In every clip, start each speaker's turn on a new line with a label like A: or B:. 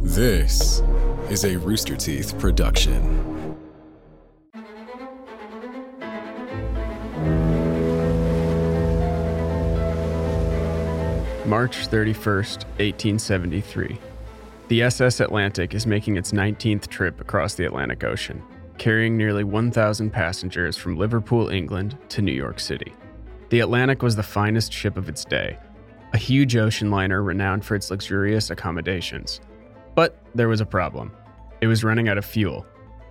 A: This is a Rooster Teeth production.
B: March 31st, 1873. The SS Atlantic is making its 19th trip across the Atlantic Ocean, carrying nearly 1,000 passengers from Liverpool, England to New York City. The Atlantic was the finest ship of its day, a huge ocean liner renowned for its luxurious accommodations. But there was a problem it was running out of fuel.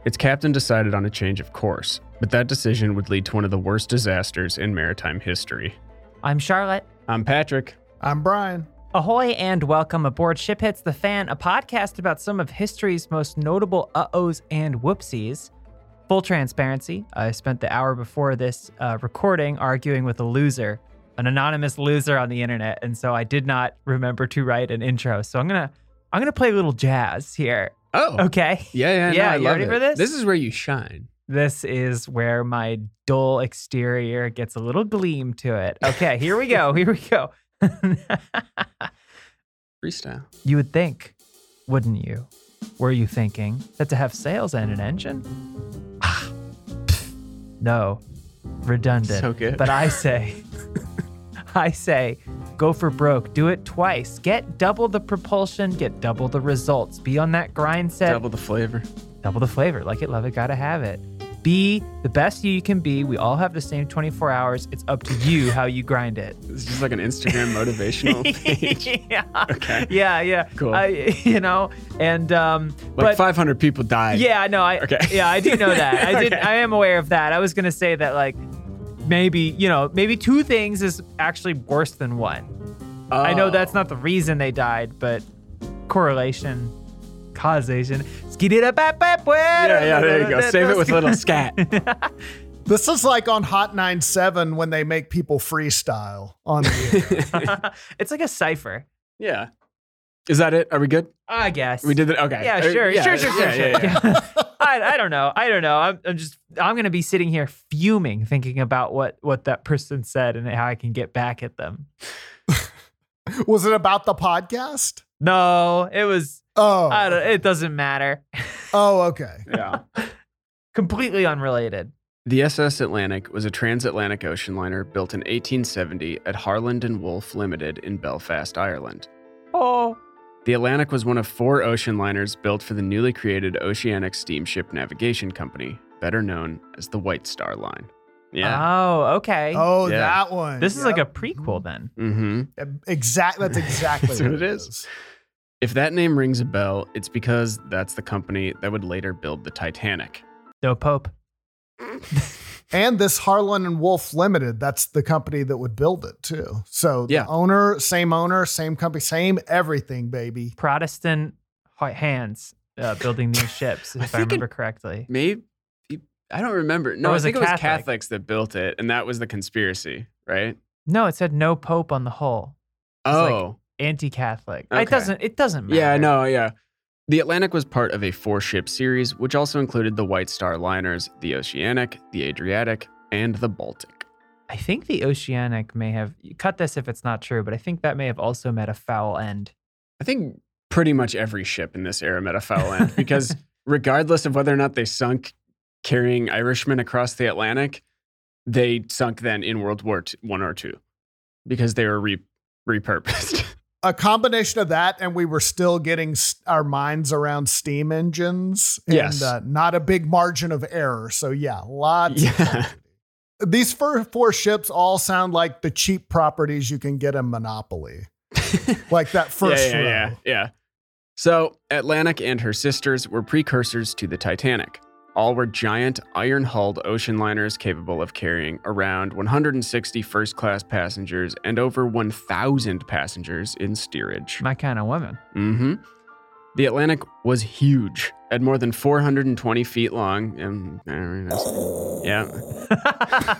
B: Its captain decided on a change of course, but that decision would lead to one of the worst disasters in maritime history.
C: I'm Charlotte.
B: I'm Patrick.
D: I'm Brian.
C: Ahoy and welcome aboard Ship Hits the Fan, a podcast about some of history's most notable uh ohs and whoopsies. Full transparency, I spent the hour before this uh, recording arguing with a loser, an anonymous loser on the internet, and so I did not remember to write an intro. So I'm gonna I'm gonna play a little jazz here.
B: Oh,
C: Okay.
B: Yeah, yeah,
C: Yeah,
B: No, I
C: you
B: love
C: ready
B: it.
C: for this?
B: This is where you shine.
C: This is where my dull exterior gets a little gleam to it. Okay, here we go. Here we go.
B: Freestyle.
C: You would think, wouldn't you? Were you thinking that to have sails and an engine? Ah, pff, no, redundant.
B: So good.
C: But I say, I say, go for broke. Do it twice. Get double the propulsion. Get double the results. Be on that grind set.
B: Double the flavor.
C: double the flavor. Like it, love it, gotta have it. Be the best you you can be. We all have the same 24 hours. It's up to you how you grind it.
B: It's just like an Instagram motivational page.
C: yeah.
B: Okay.
C: Yeah, yeah.
B: Cool.
C: I, you know, and um,
B: Like
C: but
B: 500 people died.
C: yeah, no, I
B: Okay.
C: yeah, I do know that. I did.
B: Okay.
C: I am aware of that. I was gonna say that like maybe you know maybe two things is actually worse than one.
B: Oh.
C: I know that's not the reason they died, but correlation, causation.
B: Yeah,
C: Yeah,
B: yeah, there you go. Save it with a little scat.
D: This is like on Hot 97 when they make people freestyle on the
C: it's like a cipher,
B: Yeah. Is that it? Are we good?
C: I guess.
B: We did it? Okay.
C: Yeah,
B: Uh,
C: sure,
B: yeah,
C: sure, sure, sure,
B: yeah,
C: sure.
B: yeah, yeah.
C: I, I don't know. I don't know. I'm, I'm just I'm gonna be sitting here fuming, thinking about what what that person said and how I can get back at them.
D: Was it about the podcast?
C: No, it was.
D: Oh.
C: I don't, it doesn't matter.
D: Oh, okay.
B: yeah.
C: Completely unrelated.
B: The SS Atlantic was a transatlantic ocean liner built in 1870 at Harland and Wolff Limited in Belfast, Ireland.
C: Oh,
B: The Atlantic was one of four ocean liners built for the newly created Oceanic Steamship Navigation Company, better known as the White Star Line. Yeah.
C: Oh, okay.
D: Oh,
B: Yeah.
D: that one.
C: this is like a prequel then.
B: mm-hmm.
D: exactly that's exactly
B: That's what it is. If that name rings a bell, it's because that's the company that would later build the Titanic.
C: No Pope.
D: And this Harlan and Wolf Limited, that's the company that would build it too. So the
B: Yeah.
D: owner, same owner, same company, same everything, baby.
C: Protestant hi- hands uh, building these ships,
B: I
C: if I,
B: think it-
C: remember correctly.
B: Maybe I don't remember. No,
C: Or
B: I
C: was it
B: think it was
C: Catholic?
B: Catholics that built it, and that was the conspiracy, right?
C: No, it said no Pope on the whole. It's like-
B: Oh,
C: Anti-Catholic. It
B: Okay.
C: doesn't. It doesn't matter.
B: yeah, no, yeah. The Atlantic was part of a four-ship series, which also included the White Star liners, the Oceanic, the Adriatic, and the Baltic.
C: I think the Oceanic may have cut this if it's not true, but I think that may have also met a foul end.
B: I think pretty much every ship in this era met a foul end because, regardless of whether or not they sunk carrying Irishmen across the Atlantic, they sunk then in World War t- One or two because they were re- repurposed.
D: A combination of that, and we were still getting s our minds around steam engines, and
B: Yes.
D: uh, not a big margin of error. So yeah, lots of
B: yeah,
D: these fir- four ships all sound like the cheap properties you can get in Monopoly. like that first
B: yeah, yeah,
D: row.
B: yeah, yeah. So Atlantic and her sisters were precursors to the Titanic. All were giant, iron-hulled ocean liners capable of carrying around 160 first-class passengers and over 1,000 passengers in steerage.
C: My kind of woman.
B: Mm-hmm. The Atlantic was huge, at more than 420 feet long, and I don't know. yeah,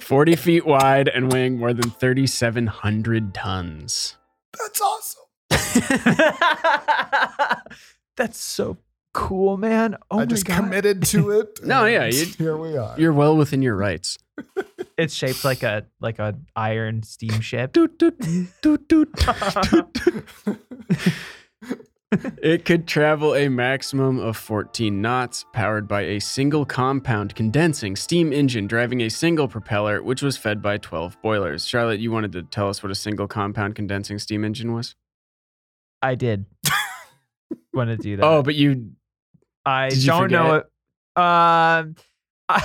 B: 40 feet wide, and weighing more than 3,700 tons.
D: That's awesome.
C: That's so cool, man. Oh
D: I
C: my
D: just
C: god.
D: committed to it.
B: No,
D: and
B: yeah, you-
D: here we are.
B: You're well within your rights.
C: It's shaped like a like a iron steamship.
B: Doot, doot, doot, doot. It could travel a maximum of 14 knots, powered by a single compound condensing steam engine driving a single propeller, which was fed by 12 boilers. Charlotte, you wanted to tell us what a single compound condensing steam engine was?
C: I did want to do that.
B: Oh, but you.
C: I
B: Did you
C: don't know
B: forget?
C: it. Um, I,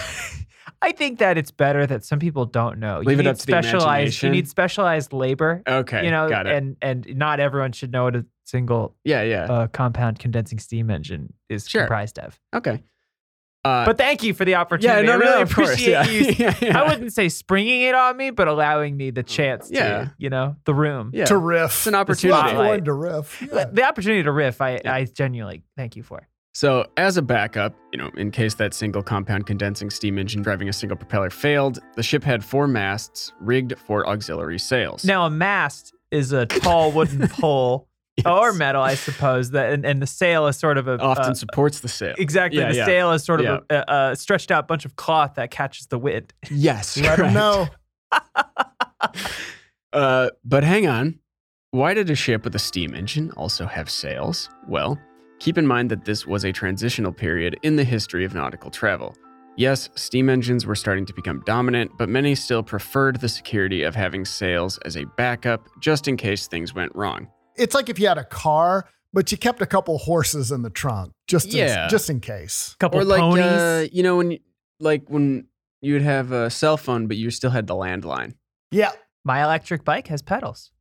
C: I think that it's better that some people don't know.
B: Leave it
C: need
B: up to the
C: specialized, You
B: imagination.
C: need specialized labor,
B: Okay.
C: you know,
B: got it.
C: and and not everyone should know what a single
B: yeah, yeah.
C: uh, compound condensing steam engine is
B: Sure.
C: comprised of.
B: okay. Uh,
C: But thank you for the
B: yeah,
C: opportunity.
B: no,
C: I
B: no,
C: really
B: of course,
C: appreciate
B: yeah.
C: you.
B: yeah, yeah.
C: I wouldn't say springing it on me, but allowing me the chance
B: Yeah.
C: to, you know, the room.
B: Yeah.
D: to riff.
B: It's an
D: It's not
B: opportunity.
C: Spotlight.
D: one to riff. Yeah.
C: The opportunity to riff, I,
B: Yeah.
C: I genuinely thank you for.
B: So, as a backup, you know, in case that single compound condensing steam engine driving a single propeller failed, the ship had four masts rigged for auxiliary sails.
C: Now, a mast is a tall wooden pole
B: Yes.
C: or metal, I suppose, that and, and the sail is sort of a
B: often
C: uh,
B: supports the sail.
C: exactly
B: Yeah,
C: the
B: yeah.
C: sail is sort of a, a, a stretched out bunch of cloth that catches the wind.
B: Yes.
D: Let them know.
B: Uh, but hang on. Why did a ship with a steam engine also have sails? Well, keep in mind that this was a transitional period in the history of nautical travel. Yes, steam engines were starting to become dominant, but many still preferred the security of having sails as a backup just in case things went wrong.
D: It's like if you had a car, but you kept a couple horses in the trunk just
B: Yeah.
D: in, just in case.
C: couple
B: or like
C: ponies.
B: uh, you know when you- like when you would have a cell phone but you still had the landline
D: Yeah,
C: My electric bike has pedals.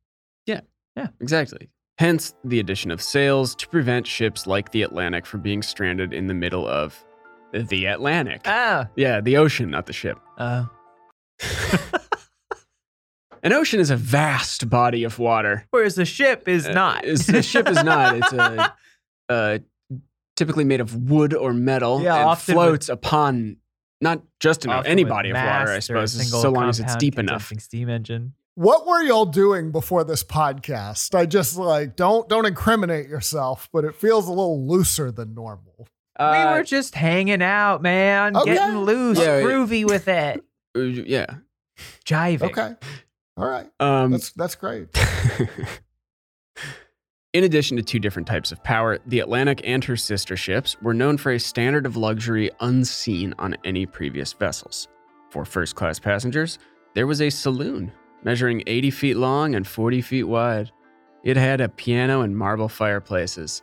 B: exactly hence the addition of sails to prevent ships like the atlantic from being stranded in the middle of the atlantic
C: Ah,
B: yeah the ocean not the ship
C: uh,
B: an ocean is a vast body of water
C: whereas the ship is
B: Uh,
C: not.
B: is- the ship is not it's a, uh typically made of wood or metal
C: Yeah,
B: and
C: often with-
B: floats upon not just an,
C: Often
B: any
C: with
B: body of water i
C: mast or a
B: suppose
C: single
B: so long as it's
C: compound
B: deep enough
C: condensing Steam engine.
D: What were y'all doing before this podcast? I just like don't don't incriminate yourself, but it feels a little looser than normal.
B: Uh,
C: we were just hanging out, man,
D: Okay.
C: getting loose,
B: Yeah, it-
C: groovy with it,
B: Uh, yeah.
C: jiving.
D: Okay. All right.
B: Um,
D: That's that's great.
B: in addition to two different types of power, the Atlantic and her sister ships were known for a standard of luxury unseen on any previous vessels. For first class passengers, there was a saloon measuring 80 feet long and 40 feet wide. It had a piano and marble fireplaces.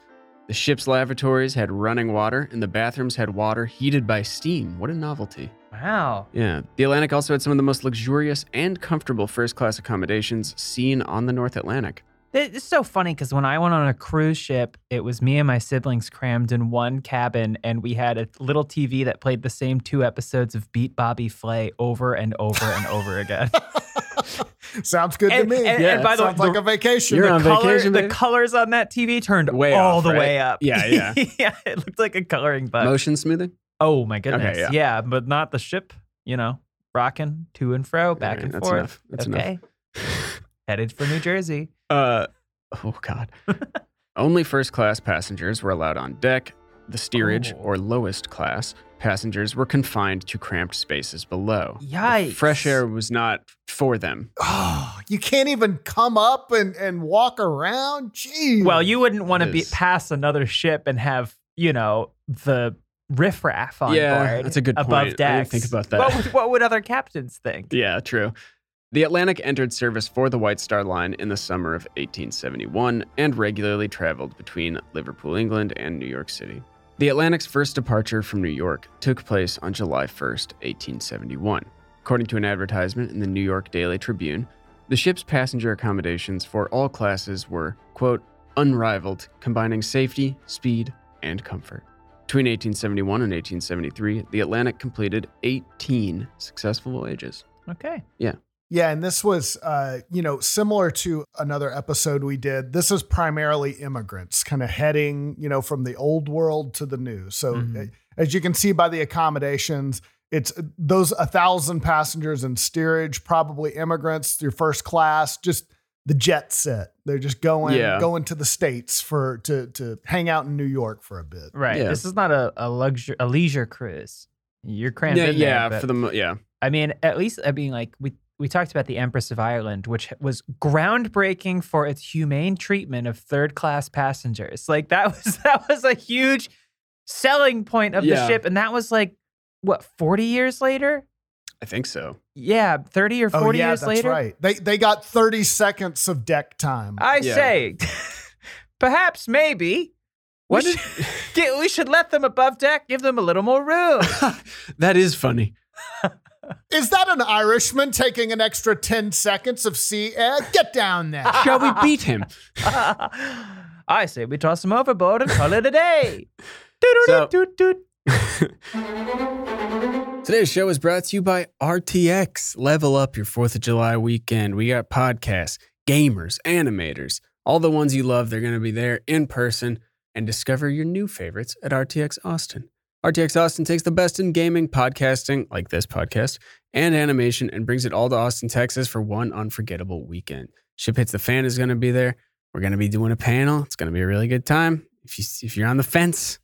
B: The ship's lavatories had running water, and the bathrooms had water heated by steam. What a novelty!
C: Wow.
B: Yeah. The Atlantic also had some of the most luxurious and comfortable first class accommodations seen on the North Atlantic.
C: It- It's so funny because when I went on a cruise ship, it was me and my siblings crammed in one cabin, and we had a little TV that played the same two episodes of Beat Bobby Flay over and over and over again.
D: Sounds good
C: And-
D: to me.
C: and- and
B: Yeah.
C: by the way,
D: Sounds like
C: the-
D: a vacation.
B: You're on
C: Color-
B: vacation,
C: the
B: baby.
C: colors on that TV turned
B: Way
C: all
B: off,
C: the
B: right?
C: way up.
B: Yeah, yeah.
C: yeah. It looked like a coloring book.
B: Motion smoothing?
C: Oh my goodness.
B: yeah.
C: yeah. but not the ship, you know, rocking to and fro, back
B: right,
C: and
B: that's
C: forth.
B: enough. That's enough.
C: okay. Headed for New Jersey.
B: Uh, oh, God. Only first class passengers were allowed on deck. The steerage,
C: Oh.
B: or lowest class, passengers were confined to cramped spaces below. The
C: Yikes.
B: Fresh air was not for them.
D: oh, you can't even come up and, and walk around. Gee.
C: Well, you wouldn't want to be
B: Yes.
C: pass another ship and have, you know, the riffraff on
B: yeah,
C: board.
B: that's a good
C: above
B: point. I didn't
C: decks.
B: think about that.
C: What would, what would other captains think?
B: Yeah, true. The Atlantic entered service for the White Star Line in the summer of 1871 and regularly traveled between Liverpool, England, and New York City. The Atlantic's first departure from New York took place on July 1st, 1871. According to an advertisement in the New York Daily Tribune, the ship's passenger accommodations for all classes were, quote, unrivaled, combining safety, speed, and comfort. Between 1871 and 1873, the Atlantic completed 18 successful voyages.
C: Okay.
D: Yeah, and this was, uh, you know, similar to another episode we did. This is primarily immigrants, kind of heading, you know, from the old world to the new. So,
C: Mhm.
D: uh, as you can see by the accommodations, it's eh, those a thousand passengers in steerage, probably immigrants, your first class, just the jet set. They're just going
B: Yeah.
D: going to the states for to to hang out in New York for a bit.
C: Right.
B: Yeah.
C: This is not a, a luxury a leisure cruise. You're cramped
B: yeah,
C: in there.
B: yeah,
C: but-
B: for the mo- yeah,
C: I mean, at least I mean like we we talked about the Empress of Ireland, which was groundbreaking for its humane treatment of third class passengers. Like that was that was a huge selling point of the
B: Yeah.
C: ship, and that was like what forty years later?
B: I think so.
C: Yeah, thirty or forty
D: oh, yeah,
C: years
D: that's
C: later.
D: right. They they got 30 seconds of deck time.
C: I
B: Yeah.
C: say, perhaps maybe. We,
B: What
C: should, get, we should let them above deck, give them a little more room.
B: that is funny.
D: Is that an Irishman taking an extra 10 seconds of sea air? Get down there.
B: Shall we beat him?
C: I say we toss them overboard and call it a day.
B: So-
C: Doot-doot-doot-doot.
B: Today's show is brought to you by RTX. Level up your 4th of July weekend. We got podcasts, gamers, animators, all the ones you love. They're going to be there in person and discover your new favorites at RTX Austin. RTX Austin takes the best in gaming, podcasting, like this podcast, and animation and brings it all to Austin, Texas for one unforgettable weekend. Ship Hits the Fan is going to be there. We're going to be doing a panel. It's going to be a really good time. If, you, if you're on the fence,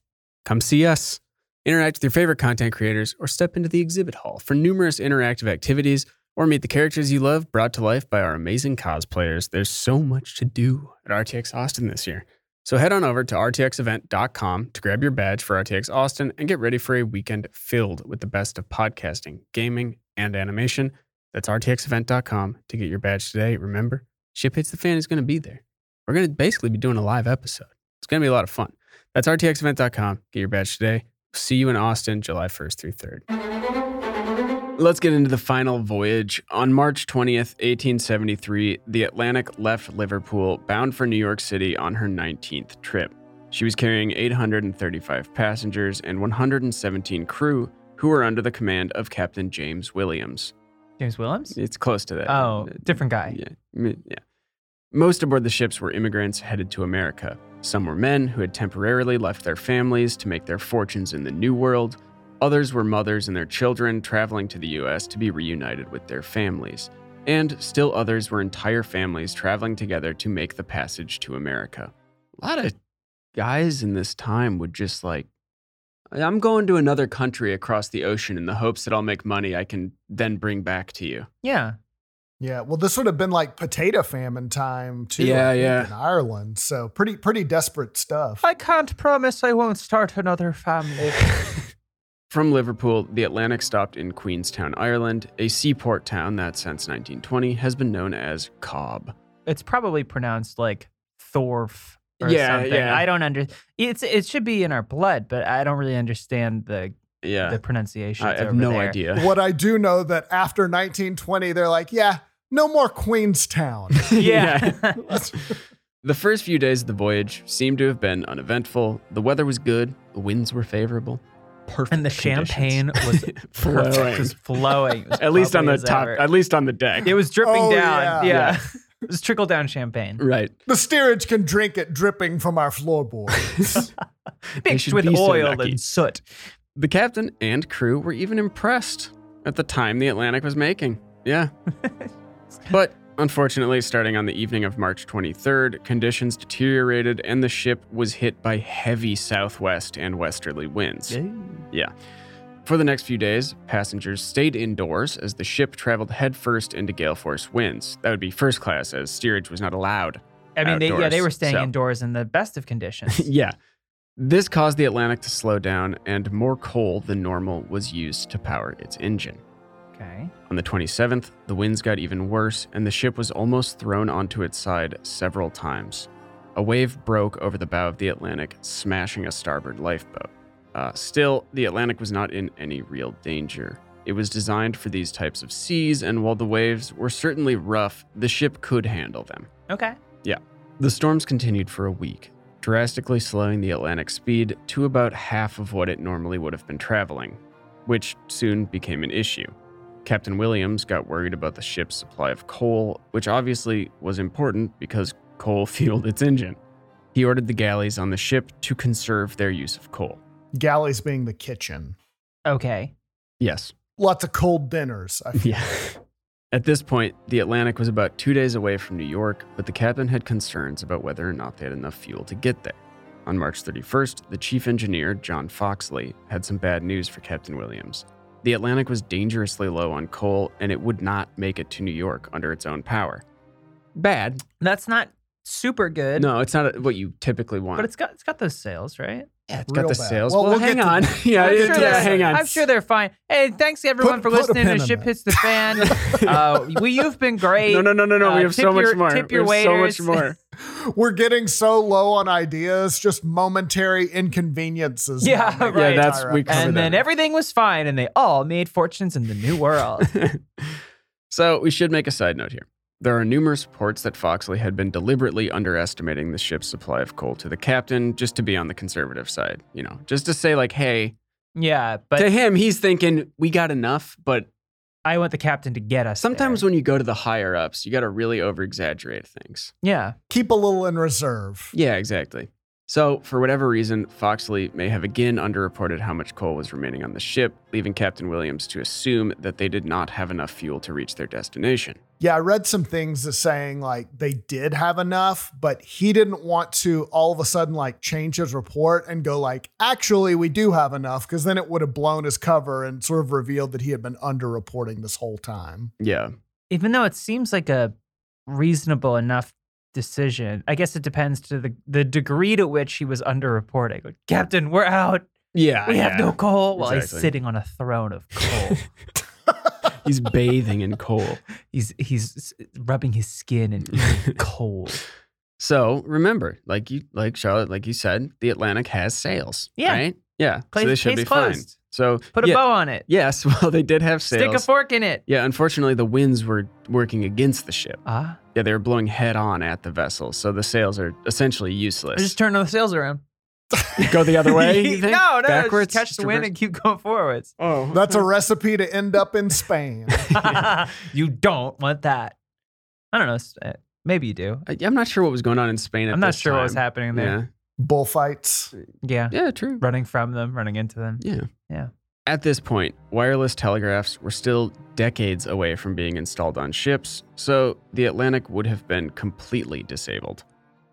B: come see us. Interact with your favorite content creators or step into the exhibit hall for numerous interactive activities or meet the characters you love brought to life by our amazing cosplayers. There's so much to do at RTX Austin this year. So head on over to rtxevent.com to grab your badge for RTX Austin and get ready for a weekend filled with the best of podcasting, gaming, and animation. That's rtxevent.com to get your badge today. Remember, Ship Hits the Fan is going to be there. We're going to basically be doing a live episode. It's going to be a lot of fun. That's rtxevent.com. Get your badge today. See you in Austin, July 1st through 3rd. Let's get into the final voyage. On March 20th, 1873, the Atlantic left Liverpool bound for New York City on her 19th trip. She was carrying 835 passengers and 117 crew who were under the command of Captain James Williams.
C: James Willems?
B: It's close to that.
C: Oh, different guy.
B: Yeah. m- yeah. Most aboard the ships were immigrants headed to America. Some were men who had temporarily left their families to make their fortunes in the New World. Others were mothers and their children traveling to the U.S. to be reunited with their families. And still others were entire families traveling together to make the passage to America. A lot of guys in this time would just like, I'm going to another country across the ocean in the hopes that I'll make money I can then bring back to you.
C: Yeah.
D: Yeah, well, this would have been like potato famine time too.
B: Yeah,
D: I think,
B: yeah.
D: In Ireland, so pretty, pretty desperate stuff.
C: I can't promise I won't start another family.
B: From Liverpool, the Atlantic stopped in Queenstown, Ireland, a seaport town that since 1920 has been known as Cobb.
C: it's probably pronounced like Thorf or
B: Yeah,
C: something.
B: yeah.
C: I don't under it's it should be in our blood, but I don't really understand the the
B: Yeah.
C: pronunciation.
B: I have no idea.
D: what I do know that after 1920, they're like, yeah, no more Queenstown.
C: Yeah.
B: The first few days of the voyage seemed to have been uneventful. The weather was good, the winds were favorable. Perfect.
C: and the
B: conditions.
C: champagne was
B: Flowing.
C: perfect, just flowing. It was
B: At least on
C: bubbly
B: the
C: as
B: top,
C: ever.
B: at least on the deck.
C: It was dripping
D: Oh,
C: down. Yeah.
D: yeah.
B: Yeah.
C: it was trickle down champagne.
B: right.
D: the steerage can drink it dripping from our floorboards.
C: Mixed
B: should
C: with
B: be so
C: oil
B: lucky.
C: and soot.
B: The captain and crew were even impressed at the time the Atlantic was making. Yeah. but unfortunately, starting on the evening of March 23rd, conditions deteriorated and the ship was hit by heavy southwest and westerly winds. For the next few days, passengers stayed indoors as the ship traveled headfirst into gale force winds. That would be first class, as steerage was not allowed.
C: I mean, they, yeah, they
B: Outdoors,
C: were staying
B: so.
C: indoors in the best of conditions.
B: yeah. This caused the Atlantic to slow down, and more coal than normal was used to power its engine.
C: okay.
B: On the 27th, the winds got even worse, and the ship was almost thrown onto its side several times. A wave broke over the bow of the Atlantic, smashing a starboard lifeboat. Uh, still, the Atlantic was not in any real danger. It was designed for these types of seas, and while the waves were certainly rough, the ship could handle them.
C: Okay.
B: The storms continued for a week, drastically slowing the Atlantic speed to about half of what it normally would have been traveling, which soon became an issue. Captain Williams got worried about the ship's supply of coal, which obviously was important because coal fueled its engine. He ordered the galleys on the ship to conserve their use of coal.
D: Galleys being the kitchen.
C: Okay.
B: Yes.
D: Lots of cold dinners. I feel.
B: Yeah. At this point, the Atlantic was about two days away from New York, but the captain had concerns about whether or not they had enough fuel to get there. On March 31st, the chief engineer, John Foxley, had some bad news for Captain Williams. The Atlantic was dangerously low on coal and it would not make it to New York under its own power. Bad.
C: That's not super good.
B: No, it's not what you typically want.
C: But it's got it's got those sales, right
B: Yeah, it's got
D: real
B: the
D: bad.
B: sales.
D: Well,
B: Well,
D: we'll
B: hang
D: get to-
B: on. yeah,
C: I'm
B: it-
C: sure
B: yeah,
C: they're-
B: hang on.
C: I'm sure they're fine. Hey, thanks everyone
D: Put-
C: for
D: put a
C: listening
D: pin
C: to
D: in
C: Ship
D: that.
C: Hits the Fan. uh, we, you've been great.
B: No, no, no, no, no.
C: Uh,
B: we have
C: tip
B: so much
C: your-
B: more.
C: tip
B: We
C: your
B: have so much
C: waiters.
B: more.
D: We're getting so low on ideas, just momentary inconveniences.
C: Yeah,
D: now
C: right.
D: make me
B: Yeah, that's-
D: tired.
B: we covered
C: And then
B: that.
C: everything was fine, and they all made fortunes in the new world.
B: So we should make a side note here. There are numerous reports that Foxley had been deliberately underestimating the ship's supply of coal to the captain just to be on the conservative side, you know, just to say, like, hey,
C: yeah, but
B: to him, he's thinking, we got enough. But
C: I want the captain to get us.
B: sometimes
C: there.
B: when you go to the higher ups, you got to really over exaggerate things.
C: yeah,
D: Keep a little in reserve.
B: Yeah, exactly. So, for whatever reason, Foxley may have again underreported how much coal was remaining on the ship, leaving Captain Williams to assume that they did not have enough fuel to reach their destination.
D: Yeah, I read some things that saying like they did have enough, but he didn't want to all of a sudden like change his report and go like, actually, we do have enough, because then it would have blown his cover and sort of revealed that he had been underreporting this whole time.
B: Yeah.
C: even though it seems like a reasonable enough decision, I guess it depends to the the degree to which he was underreporting. Like, Captain, we're out.
B: Yeah.
C: We have no coal. While
B: Exactly.
C: he's sitting on a throne of coal.
B: He's bathing in coal.
C: he's he's rubbing his skin and eating coal.
B: So remember, like you, like Charlotte, like you said, the Atlantic has sails.
C: Yeah.
B: Right? Yeah.
C: Place-
B: so they should
C: case
B: be fine.
C: closed.
B: So
C: Put a
B: yeah,
C: bow on it.
B: Yes. Well, they did have sails.
C: Stick a fork in it.
B: yeah. Unfortunately, the winds were working against the ship.
C: Ah,
B: Yeah, they were blowing head on at the vessel, so the sails are essentially useless.
C: just turn those sails around.
B: Go the other way. you think?
C: no, no,
B: backwards.
C: just catch the wind
B: reverse-
C: and keep going forwards.
B: Oh,
D: That's a recipe to end up in Spain.
C: you don't want that. I don't know. s- uh, Maybe you do.
B: I- I'm not sure what was going on in Spain. At
C: I'm not
B: this
C: sure what was
B: time.
C: happening there.
D: Bullfights.
C: Yeah.
B: Yeah. Yeah. True.
C: Running from them, running into them.
B: Yeah.
C: Yeah.
B: At this point, wireless telegraphs were still decades away from being installed on ships, so the Atlantic would have been completely disabled.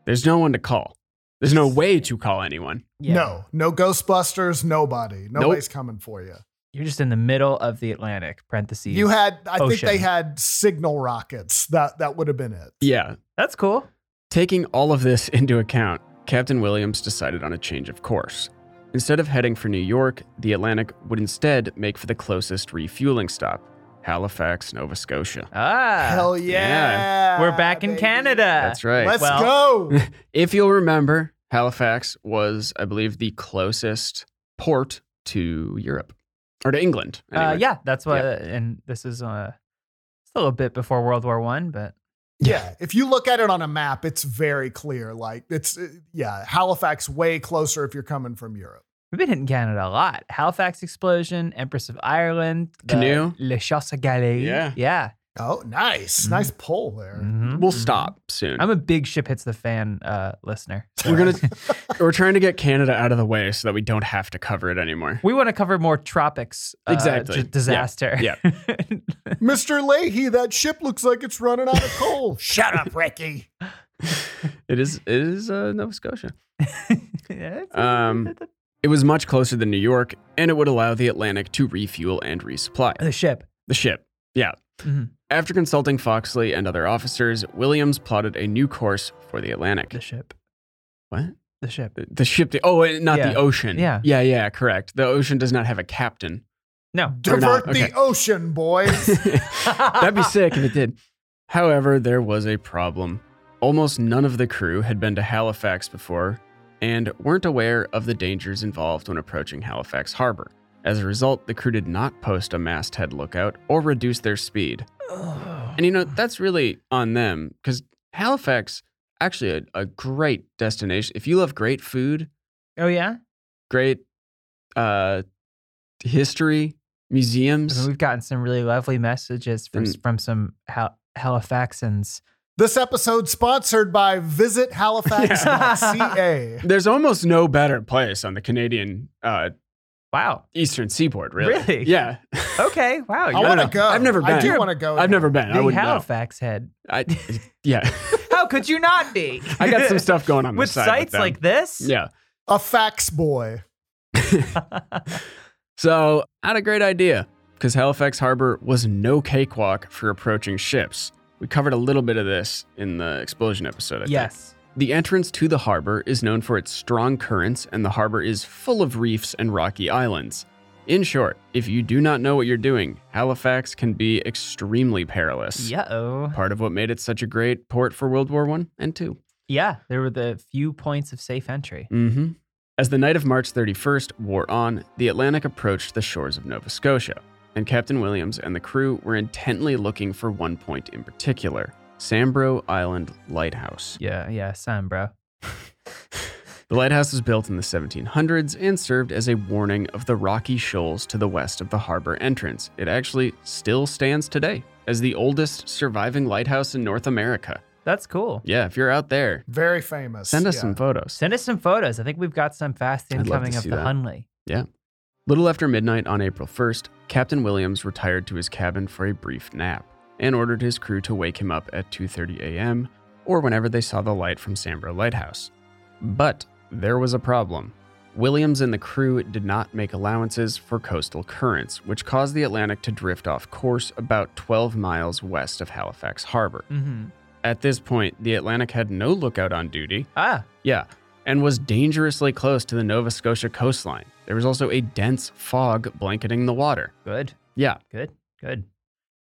B: There's no one to call. There's no way to call anyone.
C: yeah.
D: No, no Ghostbusters, nobody. Nobody's coming for you.
C: You're just in the middle of the Atlantic, parentheses.
D: You had, I think
C: Ocean.
D: they had signal rockets. That that would have been it.
B: Yeah.
C: That's cool.
B: Taking all of this into account, Captain Williams decided on a change of course. Instead of heading for New York, the Atlantic would instead make for the closest refueling stop Halifax, Nova Scotia.
C: Ah.
D: Hell yeah.
B: yeah.
C: we're back in
D: Uh, baby.
C: Canada.
B: That's right.
D: Let's
C: Well-
D: go.
B: If you'll remember, Halifax was, I believe, the closest port to Europe or to England. Anyway.
C: Uh, yeah, that's what. And this is uh, it's a little bit before World War One, but
D: Yeah, if you look at it on a map, it's very clear. Like it's uh, yeah, Halifax way closer if you're coming from Europe.
C: we've been hitting Canada a lot. Halifax explosion, Empress of Ireland, the
B: Canoe.
C: Le Chasse à Galets.
B: Yeah.
C: yeah.
D: Oh, nice,
B: Mm-hmm.
C: Mhm.
D: nice pull there.
C: Mhm.
B: We'll stop soon.
C: I'm a big ship hits the fan uh, listener. so-
B: we're gonna we're trying to get Canada out of the way so that we don't have to cover it anymore.
C: We want to cover more tropics. Uh,
B: Exactly.
C: d-
B: Yeah.
C: disaster.
B: Yeah. Mm-hmm.
D: Mister Leahy, that ship looks like it's running out of coal. Shut up, Ricky.
B: It is it is uh, Nova Scotia.
C: Yeah, it's-
B: Um, it was much closer than New York, and it would allow the Atlantic to refuel and resupply
C: the ship.
B: the ship. Yeah.
C: Mhm.
B: After consulting Foxley and other officers, Williams plotted a new course for the Atlantic.
C: The ship.
B: What?
C: The ship.
B: The ship. oh, and not
C: Yeah.
B: the ocean.
C: Yeah.
B: Yeah. Yeah. Correct. The ocean does not have a captain.
C: No.
D: Divert
B: okay.
D: the ocean, boys.
B: That'd be sick if it did. However, there was a problem. Almost none of the crew had been to Halifax before and weren't aware of the dangers involved when approaching Halifax Harbor. As a result, the crew did not post a masthead lookout or reduce their speed.
C: Ugh.
B: And you know, that's really on them because Halifax, actually, a, a great destination. If you love great food,
C: oh yeah.
B: great uh, history,
C: I mean,
B: museums.
C: we've gotten some really lovely messages from
B: Mm.
C: from some Hal- Halifaxans.
D: this episode sponsored by Visit Halifax.ca.
B: There's almost no better place on the Canadian uh,
C: Wow.
B: Eastern Seaboard, really.
C: Really?
B: Yeah.
C: Okay. Wow.
D: I
C: you're
D: want
B: no.
D: to go.
B: I've never
D: I
B: been.
D: do want to go.
B: I've never been. I
C: a big
B: wouldn't know.
C: Halifax head.
B: I, yeah.
C: How could you not be?
B: I got some stuff going on
C: with
B: the side
C: sites
B: them.
C: like this.
B: Yeah.
D: a fax boy.
B: So, I had a great idea. because Halifax Harbor was no cakewalk for approaching ships. We covered a little bit of this in the explosion episode, I think.
C: Yes.
B: The entrance to the harbor is known for its strong currents, and the harbor is full of reefs and rocky islands. In short, if you do not know what you're doing, Halifax can be extremely perilous.
C: Yeah. Oh.
B: Part of what made it such a great port for World War One and Two.
C: Yeah. There were the few points of safe entry.
B: Mm-hmm. As the night of March 31st wore on, the Atlantic approached the shores of Nova Scotia, and Captain Williams and the crew were intently looking for one point in particular Sambro Island Lighthouse.
C: Yeah. Yeah. Son, bro.
B: The lighthouse was built in the 1700s and served as a warning of the rocky shoals to the west of the harbor entrance. It actually still stands today as the oldest surviving lighthouse in North America.
C: That's cool.
B: Yeah, if you're out there,
D: Very famous.
B: send us
D: yeah.
B: some photos.
C: Send us some photos. I think we've got some fast
B: I'd love to
C: incoming of
B: see
C: the
B: that.
C: Hunley.
B: Little after midnight on April 1st, Captain Williams retired to his cabin for a brief nap and ordered his crew to wake him up at 2:30 a.m. or whenever they saw the light from Sambro Lighthouse. But there was a problem. Williams and the crew did not make allowances for coastal currents, which caused the Atlantic to drift off course about 12 miles west of Halifax Harbor.
C: Mm-hmm.
B: At this point, the Atlantic had no lookout on duty,
C: Ah.
B: yeah, and was dangerously close to the Nova Scotia coastline. There was also a dense fog blanketing the water.
C: Good.
B: Yeah,
C: Good. Good.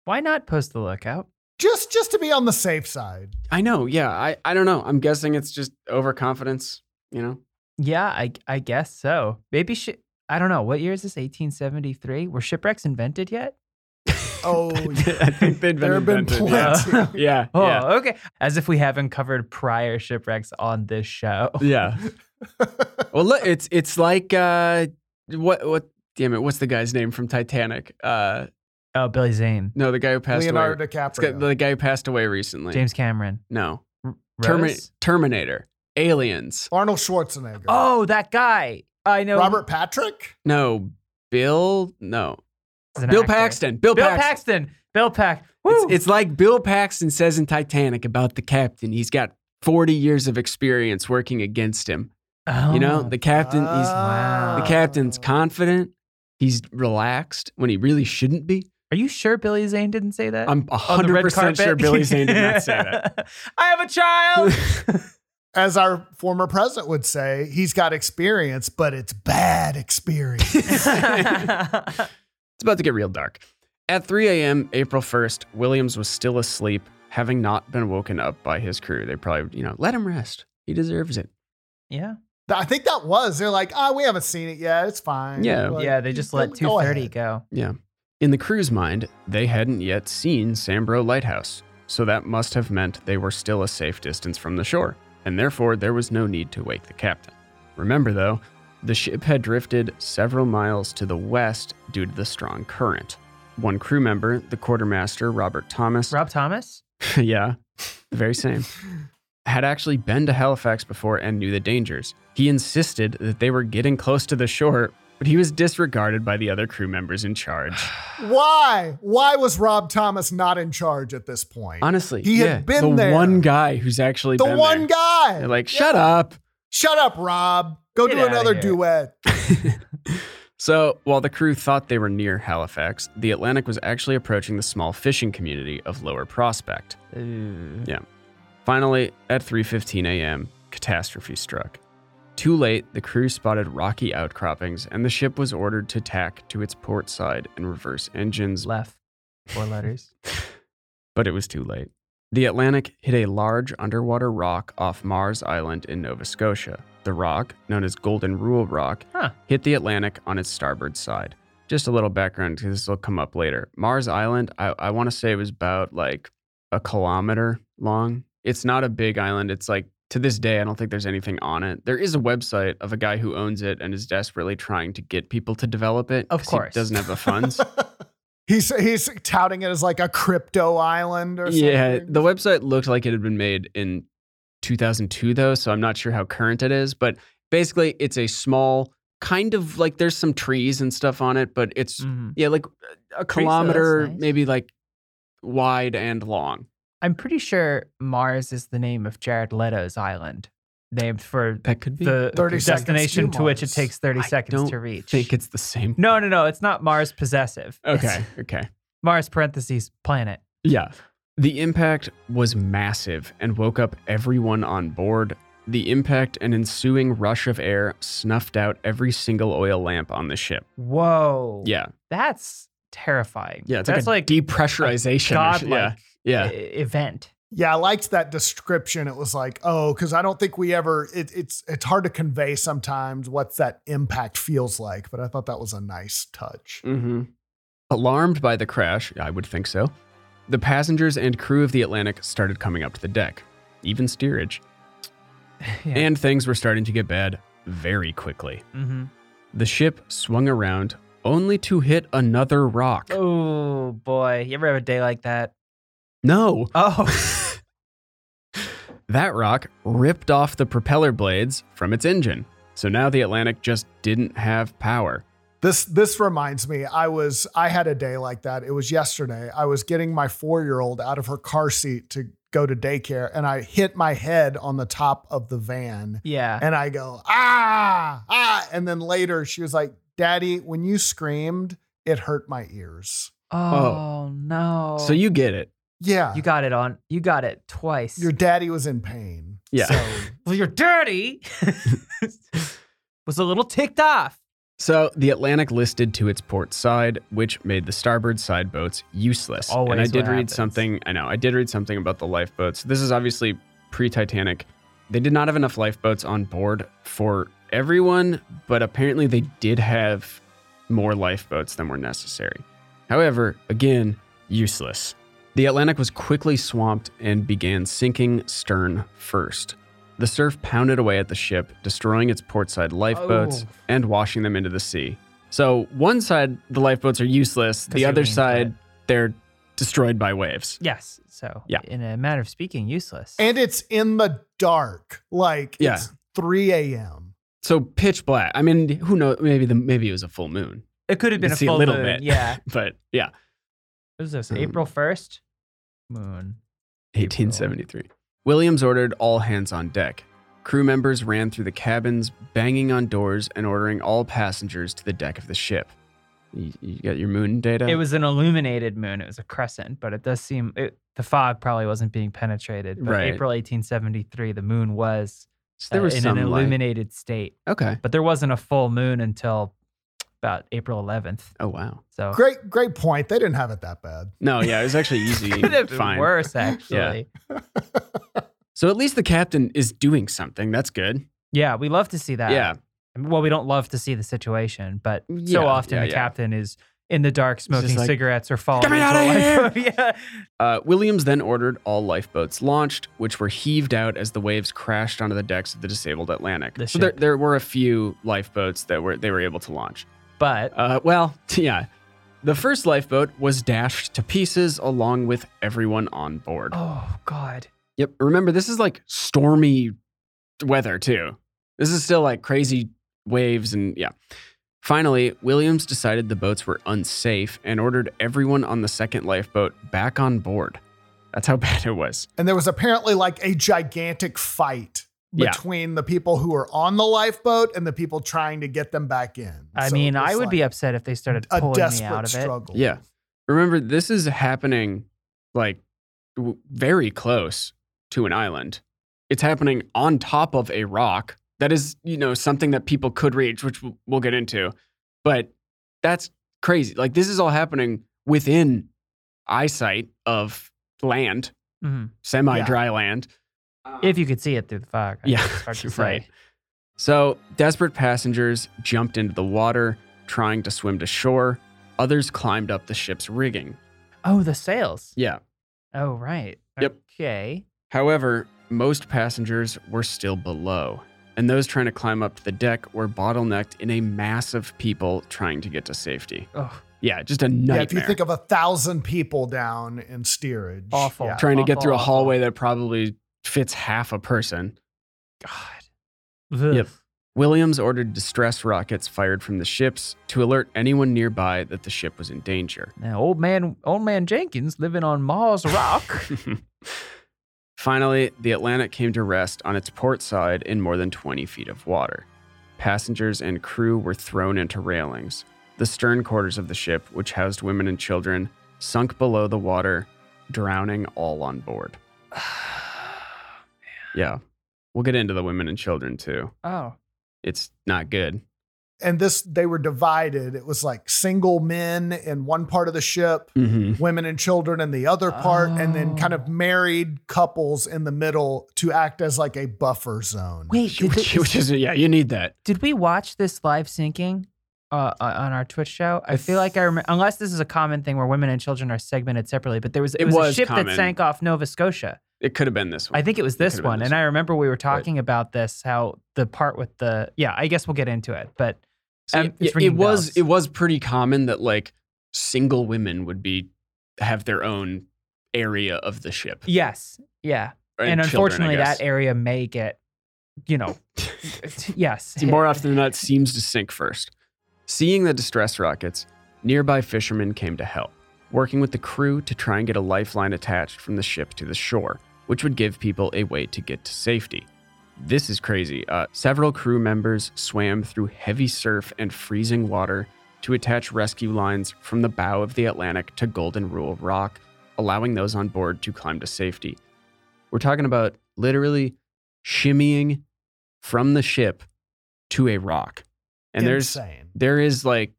C: Why not post the lookout?
D: Just just to be on the safe side.
B: I know. Yeah, I, I don't know. I'm guessing it's just overconfidence, you know?
C: Yeah, I I guess so. Maybe sh- I don't know. What year is this? 1873? Were shipwrecks invented yet?
D: Oh,
B: I think they'd been
D: there have been
B: invented,
D: plenty.
C: yeah.
B: Yeah,
C: Oh,
B: yeah,
C: okay. As if we haven't covered prior shipwrecks on this show.
B: yeah. well, look, it's it's like uh, what what? Damn it! What's the guy's name from Titanic? Uh,
C: Oh, Billy Zane,
B: no, the guy who passed away.
D: Leonardo
B: It's got-
D: DiCaprio.
B: the guy who passed away recently.
C: James Cameron,
B: No,
C: R-
B: Termi-
C: Rose?
B: Terminator, Aliens.
D: Arnold Schwarzenegger.
C: Oh, that guy. I know.
D: Robert Patrick?
B: No, Bill. No,
C: he's an
B: Bill
C: actor.
B: Paxton. Bill,
C: Bill
B: Paxton.
C: Paxton. Bill Pack.
B: It's,
C: Woo.
B: it's like Bill Paxton says in Titanic about the captain. He's got 40 years of experience working against him. You know,
C: Oh,
B: the captain he's
D: Ah.
C: Wow.
B: the captain's confident. He's relaxed when he really shouldn't be.
C: are you sure Billy Zane didn't say that?
B: I'm
C: On the red
B: 100% sure
C: carpet?
B: Billy Zane did not say that.
C: I have a child.
D: As our former president would say, he's got experience, but it's bad experience.
B: It's about to get real dark. At 3 a.m., April 1st, Williams was still asleep, having not been woken up by his crew. They probably, you know, let him rest. He deserves it.
C: yeah.
D: I think that was. They're like, oh, we haven't seen it yet. It's fine.
B: Yeah.
D: Like,
C: yeah, they just let
D: go- go
C: 230
D: ahead.
C: go.
B: Yeah. In the crew's mind, they hadn't yet seen Sambro Lighthouse, so that must have meant they were still a safe distance from the shore, and therefore there was no need to wake the captain. Remember, though, the ship had drifted several miles to the west due to the strong current. One crew member, the quartermaster Robert Thomas,
C: Rob Thomas?
B: yeah, the very same, had actually been to Halifax before and knew the dangers. He insisted that they were getting close to the shore, but he was disregarded by the other crew members in charge.
D: Why? Why was Rob Thomas not in charge at this point?
B: Honestly,
D: He had
B: yeah,
D: been
B: the
D: there.
B: one guy who's actually
D: the
B: been
D: one
B: there.
D: guy.
B: They're like, shut up.
D: Shut up, Rob. Go
C: Get
D: do
C: outta
D: another
C: here.
D: duet.
B: So while the crew thought they were near Halifax, the Atlantic was actually approaching the small fishing community of Lower Prospect.
C: Ooh.
B: Finally, at 3:15 a.m., catastrophe struck. Too late, the crew spotted rocky outcroppings, and the ship was ordered to tack to its port side and reverse engines.
C: Left. Four letters.
B: but it was too late. The Atlantic hit a large underwater rock off Mars Island in Nova Scotia. The rock, known as Golden Rule Rock,
C: Huh.
B: hit the Atlantic on its starboard side. Just a little background because this will come up later. Mars Island, I, I want to say, was about like a kilometer long. It's not a big island. It's like to this day, I don't think there's anything on it. There is a website of a guy who owns it and is desperately trying to get people to develop it.
C: Of
B: 'cause
C: course.
B: he doesn't have the funds.
D: He's he's touting it as like a crypto island or something.
B: Yeah, the website looked like it had been made in 2002, though, so I'm not sure how current it is. But basically, it's a small, kind of like there's some trees and stuff on it, but it's,
C: Mhm.
B: yeah, like a
C: Trees, though,
B: kilometer,
C: that's nice.
B: maybe like wide and long.
C: I'm pretty sure Mars is the name of Jared Leto's island. named for
B: That could be
C: the
D: 30 seconds
C: destination
D: to
C: to which it
D: Mars.
C: takes 30
B: I
C: seconds
B: don't
C: to reach.
B: think it's the same.
C: no, no, no. It's not Mars possessive. It's
B: Okay. Okay.
C: Mars parentheses planet.
B: Yeah. The impact was massive and woke up everyone on board. The impact and ensuing rush of air snuffed out every single oil lamp on the ship.
C: Whoa.
B: Yeah.
C: That's terrifying.
B: Yeah. It's
C: That's
B: like,
C: like,
B: a depressurization. or sh-
C: godlike
B: yeah. Yeah.
C: e- event.
D: Yeah, I liked that description. It was like, oh, because I don't think we ever. It, it's it's hard to convey sometimes what that impact feels like, but I thought that was a nice touch.
B: Mm-hmm. Alarmed by the crash, I would think so, the passengers and crew of the Atlantic started coming up to the deck, even steerage.
C: Yeah.
B: And things were starting to get bad very quickly.
C: hmm
B: The ship swung around only to hit another rock.
C: Oh boy. You ever have a day like that?
B: No.
C: Oh.
B: That rock ripped off the propeller blades from its engine. So now the Atlantic just didn't have power.
D: This this reminds me. I was I had a day like that. It was yesterday. I was getting my four year old out of her car seat to go to daycare, and I hit my head on the top of the van,
C: yeah.
D: and I go ah ah, and then later she was like, "Daddy, when you screamed, it hurt my ears."
C: Oh, no.
B: So you get it.
D: Yeah,
C: you got it on. You got it twice.
D: your daddy was in pain.
B: Yeah.
D: So-
C: well, your dirty was a little ticked off.
B: So the Atlantic listed to its port side, which made the starboard side boats useless.
C: Always
B: and I
C: what
B: did read
C: happens.
B: something. I know I did read something about the lifeboats. This is obviously pre-Titanic. They did not have enough lifeboats on board for everyone, but apparently they did have more lifeboats than were necessary. However, again, useless. The Atlantic was quickly swamped and began sinking stern first. The surf pounded away at the ship, destroying its portside lifeboats
C: Oh.
B: and washing them into the sea. So, one side, the lifeboats are useless,
C: 'Cause
B: the
C: they're
B: other
C: being
B: side, they're destroyed by waves.
C: Yes. So
B: Yeah.
C: in a matter of speaking, useless.
D: And it's in the dark, like
B: Yeah.
D: it's 3 a.m.
B: So, pitch black. I mean, who knows? Maybe the maybe it was a full moon,
C: it could have been
B: You
C: a
B: see a
C: full
B: little
C: moon.
B: bit.
C: Yeah.
B: but yeah,
C: What was this?
B: Um,
C: April first. Moon.
B: 1873. Williams ordered all hands on deck. Crew members ran through the cabins, banging on doors and ordering all passengers to the deck of the ship. You, you got your moon data?
C: It was an illuminated moon. It was a crescent, but it does seem it, the fog probably wasn't being penetrated. But
B: Right.
C: April 1873, the moon was
B: So there
C: uh,
B: was
C: in
B: some
C: an
B: light.
C: illuminated state,
B: Okay.
C: but there wasn't a full moon until about April 11th.
B: Oh wow.
C: So
D: Great, great point. They didn't have it that bad.
B: No, yeah, it was actually easy.
C: could have been
B: Fine.
C: worse, actually.
B: So at least the captain is doing something. That's good.
C: yeah. we love to see that.
B: yeah.
C: I mean, Well, we don't love to see the situation, but
B: Yeah,
C: so often
B: yeah,
C: the
B: yeah.
C: captain is in the dark smoking
B: like,
C: cigarettes or falling.
B: "Get me
C: into
B: outta
C: a life- yeah.
B: Uh, Williams then ordered all lifeboats launched, which were heaved out as the waves crashed onto the decks of the disabled Atlantic.
C: The
B: so there,
C: ship.
B: there were a few lifeboats that were they were able to launch.
C: But
B: Uh, well, yeah. The first lifeboat was dashed to pieces along with everyone on board.
C: oh god.
B: Yep. Remember, this is like stormy weather, too. This is still like crazy waves and yeah. Finally, Williams decided the boats were unsafe and ordered everyone on the second lifeboat back on board. That's how bad it was.
D: And there was apparently like a gigantic fight
B: Yeah.
D: between the people who were on the lifeboat and the people trying to get them back in.
C: I
D: So
C: mean,
D: it was
C: I would
D: like
C: be upset if they started
D: a
C: pulling me out
D: desperate
C: of it.
D: struggle.
B: Yeah. Remember, this is happening like w- very close to an island. It's happening on top of a rock. That is, you know, something that people could reach, which w- we'll get into. But that's crazy. Like, this is all happening within eyesight of land,
C: Mhm.
B: semi dry land.
C: If you could see it through the fog. I
B: Yeah,
C: guess it's hard to say.
B: right. So, desperate passengers jumped into the water, trying to swim to shore. Others climbed up the ship's rigging.
C: Oh, the sails.
B: Yeah.
C: Oh, right.
B: Yep.
C: Okay.
B: However, most passengers were still below, and those trying to climb up to the deck were bottlenecked in a mass of people trying to get to safety.
C: Oh,
B: Yeah, just a
D: Yeah,
B: nightmare.
D: if you think of a thousand people down in steerage,
C: Awful.
D: Yeah.
B: trying to get
C: awful,
B: through a
C: awful.
B: hallway that probably fits half a person.
C: God.
B: Yep. Williams ordered distress rockets fired from the ships to alert anyone nearby that the ship was in danger.
C: Now, old man, old man Jenkins living on Mars Rock.
B: Finally, the Atlantic came to rest on its port side in more than 20 feet of water. Passengers and crew were thrown into railings. The stern quarters of the ship, which housed women and children, sunk below the water, drowning all on board. Yeah. We'll get into the women and children too.
C: Oh,
B: It's not good.
D: And this, they were divided. It was like single men in one part of the ship,
B: Mm-hmm.
D: women and children in the other part, and then kind
C: Oh.
D: of married couples in the middle to act as like a buffer zone.
C: wait. Did,
B: Which,
C: thi-
B: which is, yeah, you need that.
C: did we watch this live syncing uh, on- on our Twitch show? I feel like I remember, unless this is a common thing where women and children are segmented separately, but there was it,
B: It
C: was,
B: was
C: a ship
B: common.
C: that sank off Nova Scotia.
B: It could have been this one.
C: I think it was this
B: could've been
C: one,
B: this
C: and I remember we were talking about this how the part with the yeah. I guess we'll get into it, but see,
B: Um,
C: it's
B: yeah, it
C: ringing
B: was
C: bells.
B: it was pretty common that like single women would be have their own area of the ship.
C: yes, yeah.
B: children,
C: and
B: I
C: unfortunately,
B: guess.
C: that area may get, you know, t- yes,
B: more often than not seems to sink first. Seeing the distress rockets, nearby fishermen came to help, working with the crew to try and get a lifeline attached from the ship to the shore, which would give people a way to get to safety. This is crazy. Uh, several crew members swam through heavy surf and freezing water to attach rescue lines from the bow of the Atlantic to Golden Rule Rock, allowing those on board to climb to safety. We're talking about literally shimmying from the ship to a rock. And there's
D: Insane.
B: there is like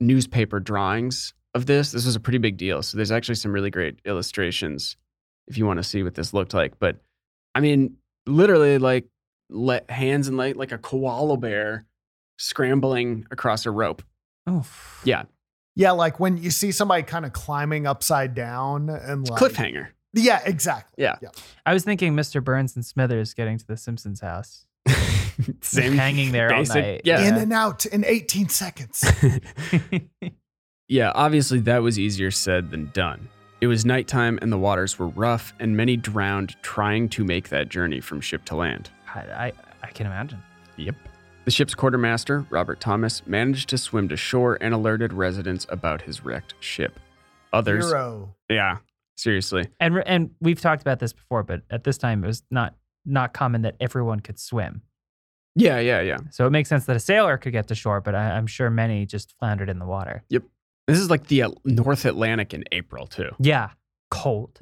B: newspaper drawings of this. This was a pretty big deal. So there's actually some really great illustrations if you want to see what this looked like. But I mean, literally like let hands and leg like a koala bear scrambling across a rope.
C: Oh,
B: Yeah.
D: Yeah, like when you see somebody kind of climbing upside down and like
B: Cliffhanger.
D: Yeah, exactly.
B: Yeah.
C: I was thinking Mr. Burns and Smithers getting to the Simpsons house. hanging there all night.
B: Yeah.
D: In and out in 18 seconds.
B: Yeah, obviously that was easier said than done. It was nighttime and the waters were rough, and many drowned trying to make that journey from ship to land.
C: I, I, I can imagine.
B: Yep. The ship's quartermaster, Robert Thomas, managed to swim to shore and alerted residents about his wrecked ship. Others,
D: Zero.
B: yeah, seriously,
C: And re- and we've talked about this before, but at this time it was not not common that everyone could swim.
B: yeah, yeah, yeah.
C: So it makes sense that a sailor could get to shore, but I, I'm sure many just floundered in the water.
B: This is like the uh, North Atlantic in April too.
C: Yeah, cold.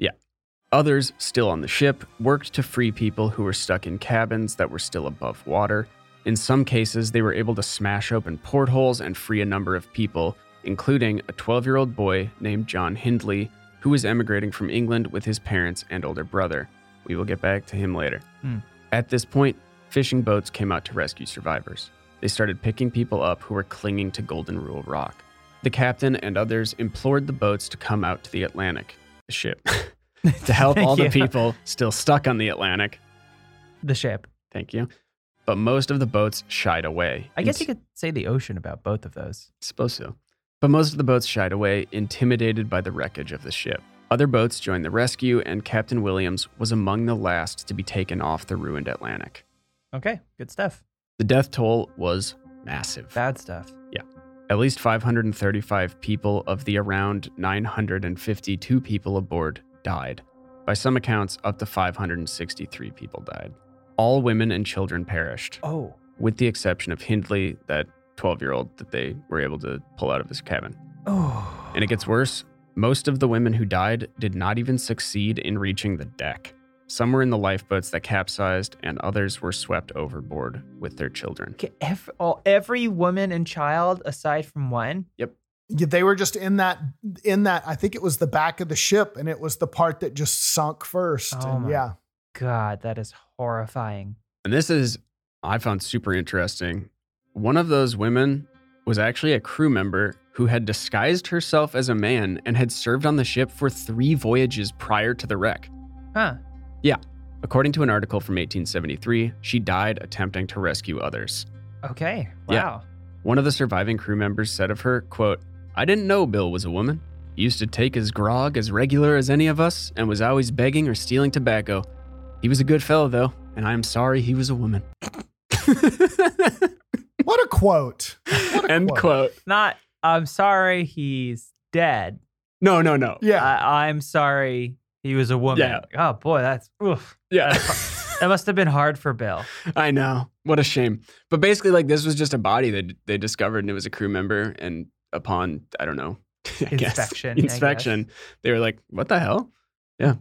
B: Others, still on the ship, worked to free people who were stuck in cabins that were still above water. In some cases, they were able to smash open portholes and free a number of people, including a 12 year old boy named John Hindley, who was emigrating from England with his parents and older brother. We will get back to him later.
C: Hmm.
B: At this point, fishing boats came out to rescue survivors. They started picking people up who were clinging to Golden Rule Rock. The captain and others implored the boats to come out to the Atlantic, the ship. to help all the
C: Yeah.
B: people still stuck on the Atlantic.
C: The ship.
B: Thank you. But most of the boats shied away.
C: I guess you could say the ocean about both of those.
B: Suppose so. But most of the boats shied away, intimidated by the wreckage of the ship. Other boats joined the rescue, and Captain Williams was among the last to be taken off the ruined Atlantic.
C: Okay, good stuff.
B: The death toll was massive.
C: Bad stuff.
B: At least 535 people of the around 952 people aboard died. By some accounts, up to 563 people died. All women and children perished,
C: Oh,
B: with the exception of Hindley, that 12 year old that they were able to pull out of his cabin.
C: oh.
B: And it gets worse. Most of the women who died did not even succeed in reaching the deck. Some were in the lifeboats that capsized, and others were swept overboard with their children.
C: Okay, ev- all, every woman and child aside from one.
D: Yeah, they were just in that in that I think it was the back of the ship and it was the part that just sunk first.
C: Oh
D: and
C: my-
D: yeah.
C: God, that is horrifying.
B: And this is, I found super interesting. One of those women was actually a crew member who had disguised herself as a man and had served on the ship for three voyages prior to the wreck.
C: Huh.
B: According to an article from 1873, she died attempting to rescue others.
C: Okay.
B: Yeah.
C: Wow.
B: One of the surviving crew members said of her, quote, I didn't know Bill was a woman. He used to take his grog as regular as any of us and was always begging or stealing tobacco. He was a good fellow, though, and I am sorry he was a woman.
D: What a quote. What a
B: End
D: quote.
B: quote.
C: Not, I'm sorry he's dead.
B: No, no, no.
D: Yeah.
C: I, I'm sorry he was a woman.
B: Yeah.
C: Oh boy, that's oof.
B: Yeah.
C: That must have been hard for Bill.
B: I know. What a shame. But basically, like this was just a body that they discovered, and it was a crew member. And upon I don't know I guess,
C: Inspection, I guess.
B: inspection, they were like, "What the hell?" Yeah.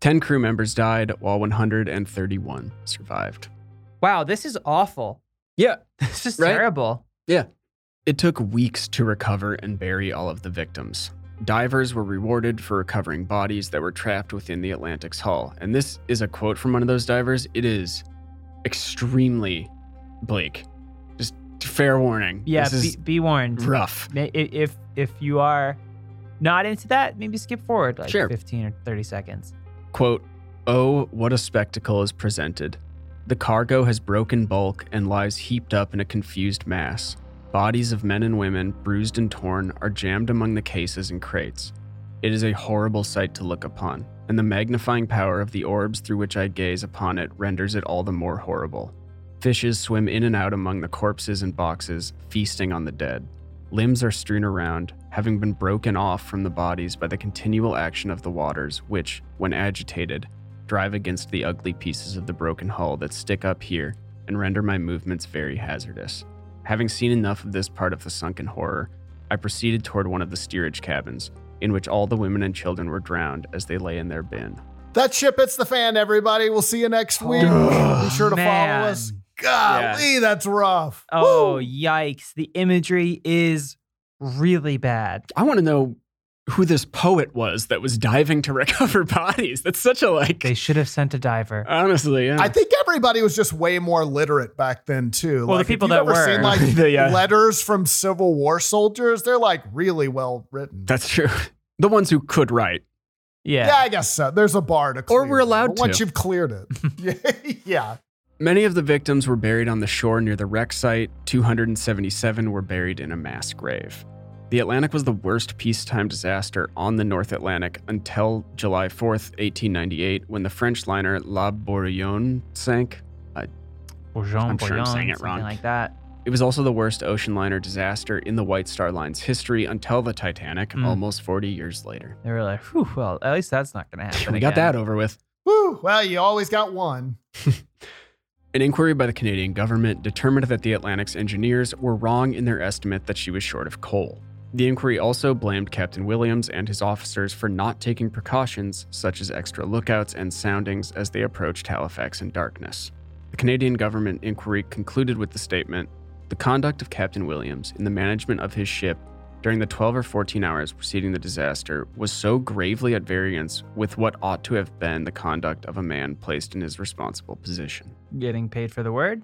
B: Ten crew members died, while 131 survived.
C: Wow, this is awful.
B: Yeah.
C: This is
B: Right?
C: terrible.
B: It took weeks to recover and bury all of the victims. Divers were rewarded for recovering bodies that were trapped within the Atlantic's hull. And this is a quote from one of those divers. It is extremely bleak. Just fair warning.
C: Yeah,
B: This is
C: be, be warned.
B: rough.
C: Ma- i- If if you are not into that, maybe skip forward like
B: Sure.
C: 15 or 30 seconds.
B: Quote, Oh, what a spectacle is presented. The cargo has broken bulk and lies heaped up in a confused mass. Bodies of men and women, bruised and torn, are jammed among the cases and crates. It is a horrible sight to look upon, and the magnifying power of the orbs through which I gaze upon it renders it all the more horrible. Fishes swim in and out among the corpses and boxes, feasting on the dead. Limbs are strewn around, having been broken off from the bodies by the continual action of the waters, which, when agitated, drive against the ugly pieces of the broken hull that stick up here and render my movements very hazardous. Having seen enough of this part of the sunken horror, I proceeded toward one of the steerage cabins, in which all the women and children were drowned as they lay in their bin.
D: That ship hits the fan, everybody. We'll see you next week.
C: Oh,
D: Be sure to
C: man.
D: follow us. Golly, that's rough.
C: Oh,
D: Woo.
C: yikes. The imagery is really bad.
B: I want to know who this poet was that was diving to recover bodies. That's such a like.
C: They should have sent a
B: Uh,
C: diver.
B: honestly, yeah.
D: I think everybody was just way more literate back then too.
C: Well, the
D: Like, if
C: people
D: you've
C: that
D: ever
C: were.
D: seen like
B: The, yeah.
D: letters from Civil War soldiers, they're like really well written.
B: That's true. The ones who could write.
C: Yeah.
D: Yeah, I guess so. There's a bar to clear.
B: Or we're allowed
D: But Once
B: to.
D: you've cleared it. yeah.
B: Many of the victims were buried on the shore near the wreck site. 277 were buried in a mass grave. The Atlantic was the worst peacetime disaster on the North Atlantic until July 4th, 1898, when the French liner La Bourillon sank.
C: Bourgeon,
B: I'm sure I'm
C: Bourgeon,
B: saying it
C: something
B: wrong.
C: like that.
B: It was also the worst ocean liner disaster in the White Star Line's history until the Titanic
C: Mm.
B: almost 40 years later.
C: They were like, whew, well, at least that's not going to happen.
B: we got
C: again."
B: that over with.
D: Woo. Well, you always got one.
B: An inquiry by the Canadian government determined that the Atlantic's engineers were wrong in their estimate that she was short of coal. The inquiry also blamed Captain Williams and his officers for not taking precautions such as extra lookouts and soundings as they approached Halifax in darkness. The Canadian government inquiry concluded with the statement The conduct of Captain Williams in the management of his ship during the 12 or 14 hours preceding the disaster was so gravely at variance with what ought to have been the conduct of a man placed in his responsible position.
C: Getting paid for the word?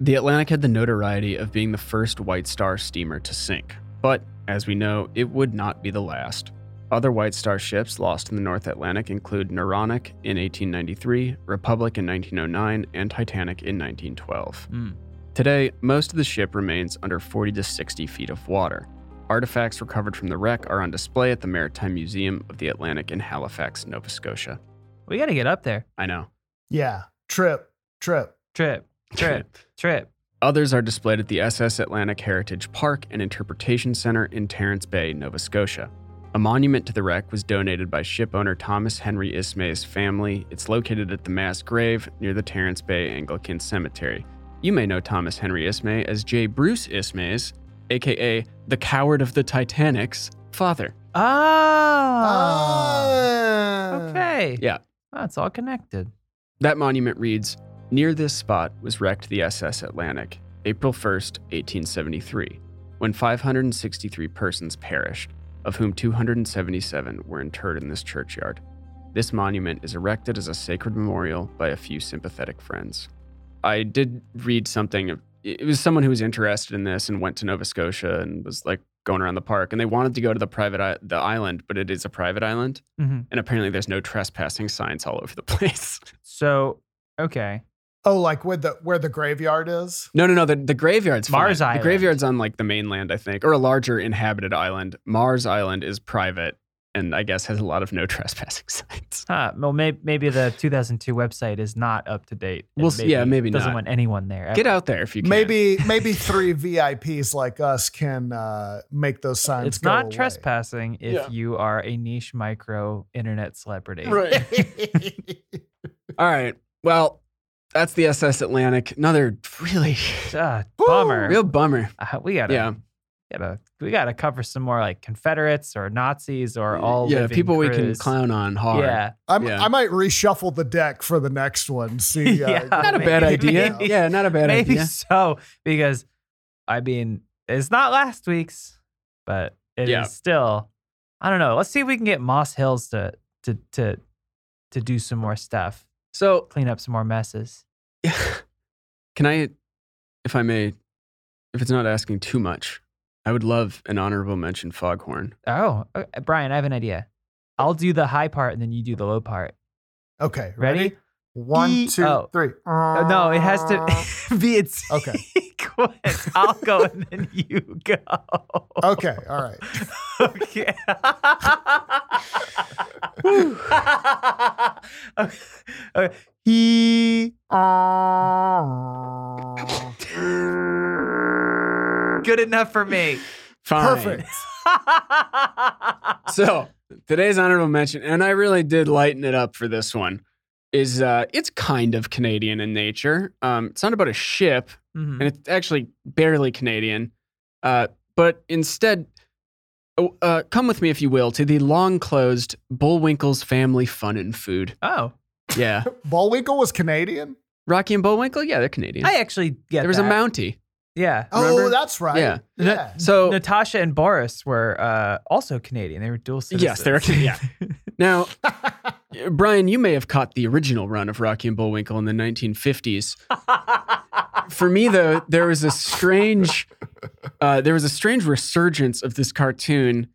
B: The Atlantic had the notoriety of being the first White Star steamer to sink, but as we know, it would not be the last. Other White Star ships lost in the North Atlantic include Neuronic in 1893, Republic in 1909, and Titanic in 1912.
C: Mm.
B: Today, most of the ship remains under 40 to 60 feet of water. Artifacts recovered from the wreck are on display at the Maritime Museum of the Atlantic in Halifax, Nova Scotia.
C: We got to get up there.
B: I know.
D: Yeah. Trip. Trip.
C: Trip, trip, trip.
B: Others are displayed at the SS Atlantic Heritage Park and Interpretation Center in Terrance Bay, Nova Scotia. A monument to the wreck was donated by ship owner Thomas Henry Ismay's family. It's located at the mass grave near the Terrance Bay Anglican Cemetery. You may know Thomas Henry Ismay as J. Bruce Ismay's, aka the coward of the Titanic's father.
C: Oh.
D: Ah.
C: okay.
B: Yeah.
C: Wow, it's all connected.
B: That monument reads Near this spot was wrecked the SS Atlantic, April 1st, 1873, when 563 persons perished, of whom 277 were interred in this churchyard. This monument is erected as a sacred memorial by a few sympathetic friends. I did read something. of- It was someone who was interested in this and went to Nova Scotia and was like going around the park, and they wanted to go to the private I- the island, but it is a private island,
C: hmm
B: and apparently there's no trespassing signs all over the place.
C: So, okay.
D: Oh, like with the where the graveyard is?
B: No, no, no. The, the graveyard's fine.
C: Mars Island.
B: The graveyard's on like the mainland, I think, or a larger inhabited island. Mars Island is private, and I guess has a lot of no trespassing signs.
C: Huh. Well, maybe, maybe the 2002 website is not up to date. and
B: Well, s- yeah, maybe
C: doesn't
B: not.
C: want anyone there.
B: Get out there if you can.
D: Maybe maybe three VIPs like us can uh, make those signs.
C: It's
D: go
C: not
D: away.
C: trespassing if
B: Yeah.
C: you are a niche micro internet celebrity.
B: Right. All right. Well, that's the SS Atlantic. Another really
C: Ah, bummer.
B: real bummer.
C: Uh, we gotta,
B: Yeah.
C: gotta, we gotta cover some more like Confederates or Nazis or all.
B: yeah,
C: living
B: people we can
C: crews.
B: clown on hard.
C: Yeah,
D: I'm,
B: Yeah.
D: I might reshuffle the deck for the next one. See, uh,
C: Yeah.
B: Not a bad
C: Maybe.
B: idea.
C: Maybe.
B: Yeah, not a bad
C: maybe
B: idea.
C: so because, I mean, it's not last week's, but it is
B: Yeah.
C: still. I don't know. Let's see if we can get Moss Hills to to to to do some more stuff,
B: So,
C: clean up some more messes.
B: can I, if I may, if it's not asking too much, I would love an honorable mention Foghorn.
C: Oh, uh, Brian, I have an idea. I'll do the high part and then you do the low part.
D: Okay,
C: Ready?
D: One,
C: Eek.
D: two,
C: Oh.
D: three.
C: Uh, No, it has to be in
D: Okay.
C: sequence. I'll go and then you go.
D: okay, all right.
C: Okay. okay. okay. He. Good enough for me.
B: Fine.
D: Perfect.
B: so today's honorable mention, and I really did lighten it up for this one, is uh, it's kind of Canadian in nature. Um, it's not about a ship,
C: Mhm.
B: and it's actually barely Canadian. Uh, but instead, oh, uh, come with me, if you will, to the long closed Bullwinkle's Family Fun and Food.
C: Oh,
B: Yeah.
D: Bullwinkle was Canadian.
B: Rocky and Bullwinkle? Yeah, they're Canadian.
C: I actually get
B: there was
C: that.
B: a Mountie.
C: Yeah.
D: Oh,
B: Remember?
D: that's right.
B: Yeah.
D: yeah.
B: So,
C: Natasha and Boris were uh, also Canadian. They were dual citizens.
B: yes, they're Canadian. Now, Brian, you may have caught the original run of Rocky and Bullwinkle in the 1950s. For me, though, there was a strange, uh, there was a strange resurgence of this cartoon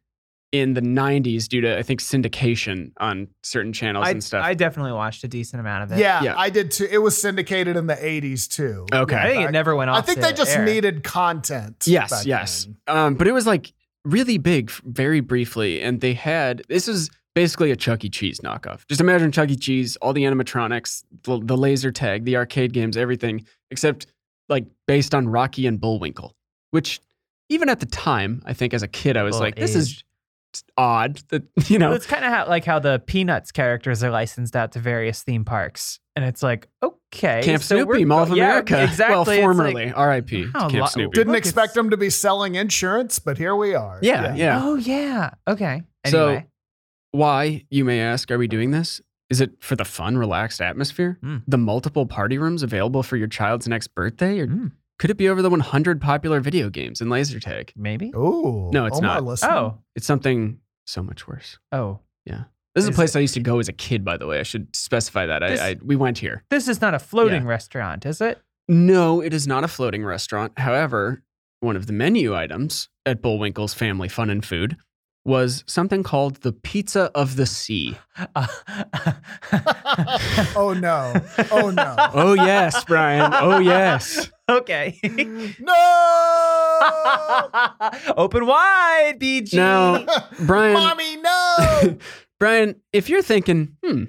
B: in the 90s due to, I think, syndication on certain channels
C: I,
B: and stuff.
C: I definitely watched a decent amount of it.
D: yeah,
B: Yeah.
D: I did too. It was syndicated in the '80s too.
B: okay.
C: I think
D: I-
C: it never went off.
D: I think
C: to
D: they just
C: air.
D: needed content.
B: Yes,
D: back
B: yes.
D: then.
B: Um, but it was like really big, f- very briefly, and they had this is basically a Chuck E. Cheese knockoff. Just imagine Chuck E. Cheese, all the animatronics, the, the laser tag, the arcade games, everything, except like based on Rocky and Bullwinkle, which even at the time, I think as a kid, I was
C: Well,
B: like, this is
C: aged.
B: odd that you
C: Well,
B: know.
C: it's kind of how, like how the Peanuts characters are licensed out to various theme parks, and it's like, okay,
B: Camp
C: so we're
B: Snoopy, Mall of
C: go- yeah,
B: America.
C: exactly.
B: Well,
C: It's like,
B: formerly, R.I.P. to
C: wow,
B: Camp
C: lo-
B: Snoopy.
D: Didn't
C: Look, it's-
D: expect them to be selling insurance, but here we are.
B: yeah, yeah.
C: oh yeah, okay.
B: So-
C: Anyway,
B: Why, you may ask, are we doing this? Is it for the fun, relaxed atmosphere?
C: Hmm.
B: The multiple party rooms available for your child's next birthday? Or
C: Hmm.
B: could it be over the 100 popular video games and laser tag?
C: maybe.
D: Ooh.
B: No, it's
D: Omar
B: not.
D: listening?
C: Oh,
B: It's something so much worse.
C: oh,
B: This is, a
C: Is
B: place I used to go as a kid, by the way. I should specify that.
C: This-
B: I, I we went here.
C: this is not a floating restaurant, is it?
B: No, it is not a floating restaurant. However, one of the menu items at Bullwinkle's Family Fun and Food was something called the Pizza of the Sea.
D: oh no. Oh no.
B: Oh yes, Brian. Oh yes.
C: okay.
D: No.
C: Open wide, BG.
B: Now, Brian,
D: Mommy, no.
B: Brian, if you're thinking, hmm,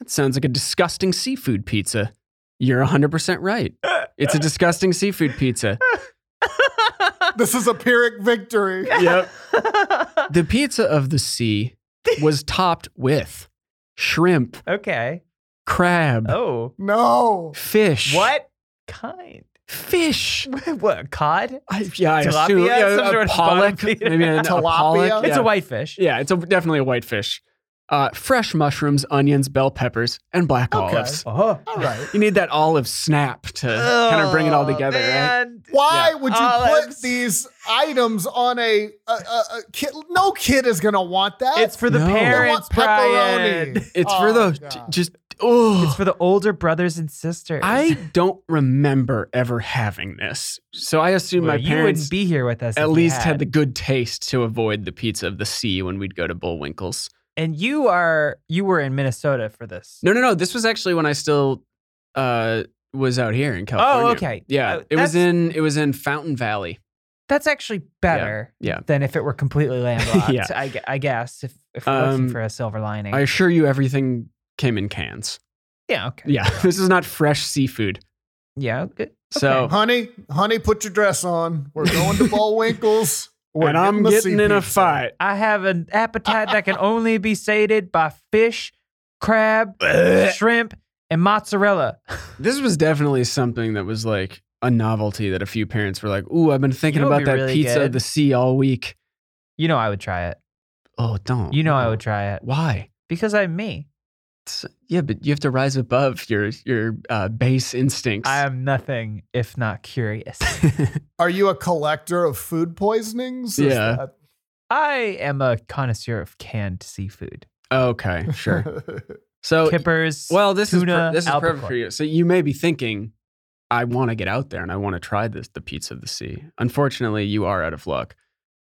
B: that sounds like a disgusting seafood pizza, you're 100% right. It's a disgusting seafood pizza.
D: this is a Pyrrhic victory.
B: Yep. The pizza of the sea was topped with shrimp,
C: okay.
B: crab,
C: Oh,
D: No.
B: fish.
C: what kind?
B: Fish.
C: What cod?
B: I, yeah, I
C: Tilapia?
B: assume. Yeah,
C: Some
B: a
C: sort of
B: pollock.
C: bottom feeder.
B: Maybe an, a
D: Tilapia?
B: pollock.
C: It's
B: yeah.
C: a whitefish.
B: Yeah, it's a, definitely a whitefish. Uh, fresh mushrooms, onions, bell peppers, and black
D: Okay.
B: olives.
C: Oh.
D: All right.
B: You need that olive snap to kind of bring it all
C: Oh,
B: together, right?
C: right?
D: Why
B: Yeah.
D: would you
C: Olives.
D: put these items on a, a, a, a kid? No kid is gonna want that.
C: It's for the
B: No.
D: They
C: parents,
D: want pepperoni.
C: Brian.
B: It's
D: Oh,
B: for the
D: God.
B: j- just oh.
C: It's for the older brothers and sisters.
B: I don't remember ever having this, so I assume
C: Well,
B: my
C: you
B: parents
C: wouldn't be here with us. if
B: at
C: you
B: least had the good taste to avoid the pizza of the sea when we'd go to Bullwinkle's.
C: And you are you were in Minnesota for this.
B: No, no, no. This was actually when I still uh, was out here in California.
C: Oh, okay.
B: Yeah,
C: Uh,
B: it was
C: that's-
B: in it was in Fountain Valley.
C: That's actually better
B: yeah.
C: than if it were completely landlocked.
B: Yeah.
C: I, gu- I guess if, if we're looking
B: Um,
C: for a silver lining.
B: I assure you, everything came in cans.
C: yeah. Okay.
B: Yeah, this is not fresh seafood.
C: Yeah. good.
B: So,
D: honey, honey, put your dress on. We're going to Bullwinkle's. We're
B: and I'm
D: the
B: getting in a
D: seafood.
B: fight.
C: I have an appetite that can only be sated by fish, crab,
B: Eh.
C: shrimp, and mozzarella.
B: This was definitely something that was like a novelty that a few parents were like, "Ooh, I've been thinking
C: You know what'd
B: about that
C: be really
B: pizza
C: good?
B: the sea all week."
C: You know I would try it.
B: Oh, don't.
C: You know I would try it
B: Why?
C: because I'm me.
B: It's- yeah, but you have to rise above your your uh, base instincts.
C: I am nothing if not curious.
D: Are you a collector of food poisonings? Is
B: Yeah.
D: that-
C: I am a connoisseur of canned seafood.
B: okay, sure. So,
C: Kippers.
B: Oh, well, this is
C: tuna,
B: per- this is perfect
C: albacore.
B: for you. So you may be thinking, I want to get out there and I want to try this the pizza of the sea. Unfortunately, you are out of luck.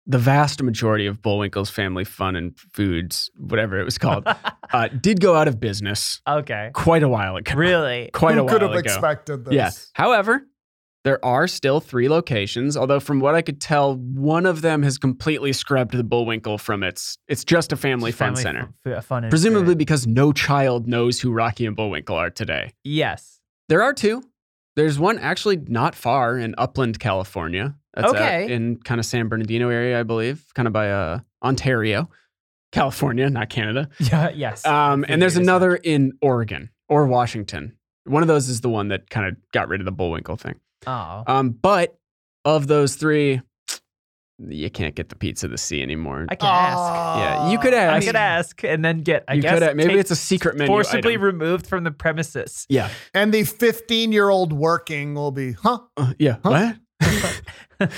B: The vast majority of Bullwinkle's family fun and foods, whatever it was called, uh, did go out of business
C: okay.
B: quite a while ago.
C: Really?
B: Quite a
D: Who
B: while
D: could have
B: ago.
D: expected this?
B: Yeah. However, there are still three locations, although from what I could tell, one of them has completely scrubbed the Bullwinkle from its. It's just a family, fun
C: Family
B: center,
C: fu- fu- fun and
B: presumably
C: food.
B: because no child knows who Rocky and Bullwinkle are today.
C: Yes.
B: There are two. There's one actually not far in Upland, California. That's out
C: Okay.
B: in kind of San Bernardino area, I believe, kind of by uh, Ontario, California, not Canada.
C: Yeah. Yes.
B: Um, and there's
C: Figured as
B: another in Oregon or Washington. One of those is the one that kind of got rid of the Bullwinkle thing.
C: Oh.
B: Um, but of those three, you can't get the pizza of the sea anymore.
C: I can ask.
D: Ah.
B: yeah, you could ask.
C: I could ask and then get. I
B: you
C: guess
B: could. Maybe
C: take-
B: it's a secret menu.
C: forcibly
B: item.
C: removed from the premises.
B: yeah.
D: And the 15 year old working will be, huh?
B: Uh, yeah. What?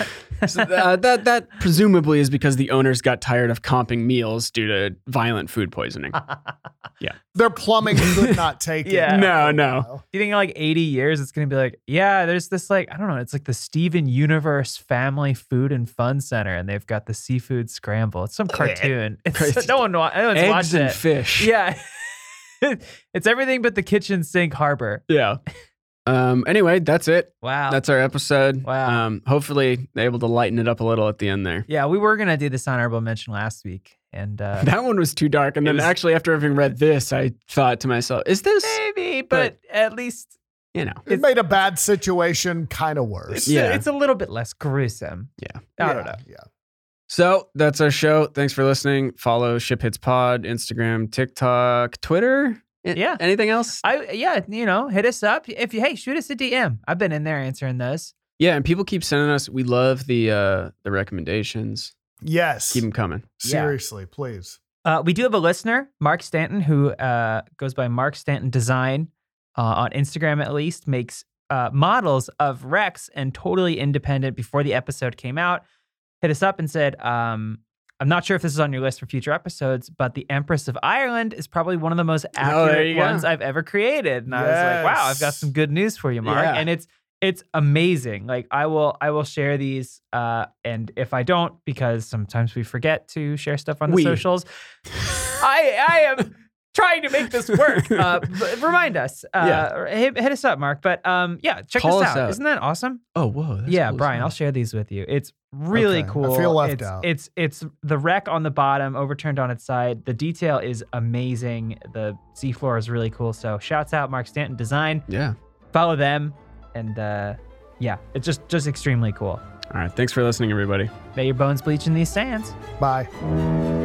B: so, uh, that that presumably is because the owners got tired of comping meals due to violent food poisoning.
D: Their plumbing could not take
C: Yeah.
D: it.
B: No, no.
C: Do you think in like 80 years it's gonna be like, yeah, there's this like, I don't know, it's like the Steven Universe Family Food and Fun Center, and they've got the seafood scramble. It's some cartoon. It's,
B: Crazy.
C: no one wa- no one's
B: Eggs
C: watched
B: and
C: it.
B: fish.
C: Yeah. it's everything but the kitchen sink harbor.
B: Yeah. Um. Anyway, that's it.
C: Wow.
B: That's our episode.
C: Wow.
B: Um. Hopefully, able to lighten it up a little at the end there.
C: yeah, we were gonna do this honorable mention last week. And uh
B: That one was too dark. And
C: It
B: then
C: was-
B: actually, after having read this, I thought to myself, "Is this
C: maybe, but at least
B: you know?"
D: It made a bad situation kind of
C: it's,
D: worse.
B: Yeah.
C: it's a little bit less gruesome.
B: Yeah.
C: I don't know.
D: Yeah.
B: So that's our show. Thanks for listening. Follow Ship Hits Pod, Instagram, TikTok, Twitter. A-
C: Yeah.
B: Anything else?
C: I yeah, you know, hit us up if you hey, shoot us a DM. I've been in there answering those.
B: Yeah, and people keep sending us. We love the uh the recommendations.
D: Yes.
B: Keep them coming.
D: Seriously, please.
C: Uh, we do have a listener, Mark Stanton, who uh, goes by Mark Stanton Design uh, on Instagram at least, makes uh, models of Rex and Totally Independent before the episode came out. Hit us up and said, um, I'm not sure if this is on your list for future episodes, but The Empress of Ireland is probably one of the most accurate
B: Oh, you go.
C: ones I've ever created. And I was like, wow, I've got
D: Yes.
C: some good news for you, Mark.
B: Yeah.
C: And it's it's amazing. Like I will I will share these uh, and if I don't, because sometimes we forget to share stuff on the
B: We.
C: socials, I I am trying to make this work. Uh, b- remind us. Uh,
B: Yeah.
C: hit, hit us up, Mark. But um, yeah, check
B: Call
C: this
B: us
C: out.
B: out.
C: Isn't that awesome?
B: Oh, whoa. that's
C: yeah,
B: cool as
C: Brian,
B: hell.
C: I'll share these with you. It's really
D: Okay, I
C: cool.
D: feel left
C: it's,
D: out.
C: It's it's the wreck on the bottom, overturned on its side. The detail is amazing. The seafloor is really cool. So shouts out Mark Stanton Design.
B: yeah.
C: Follow them, and uh, yeah, it's just just extremely cool.
B: All right. Thanks for listening, everybody.
C: May your bones bleach in these sands.
D: Bye.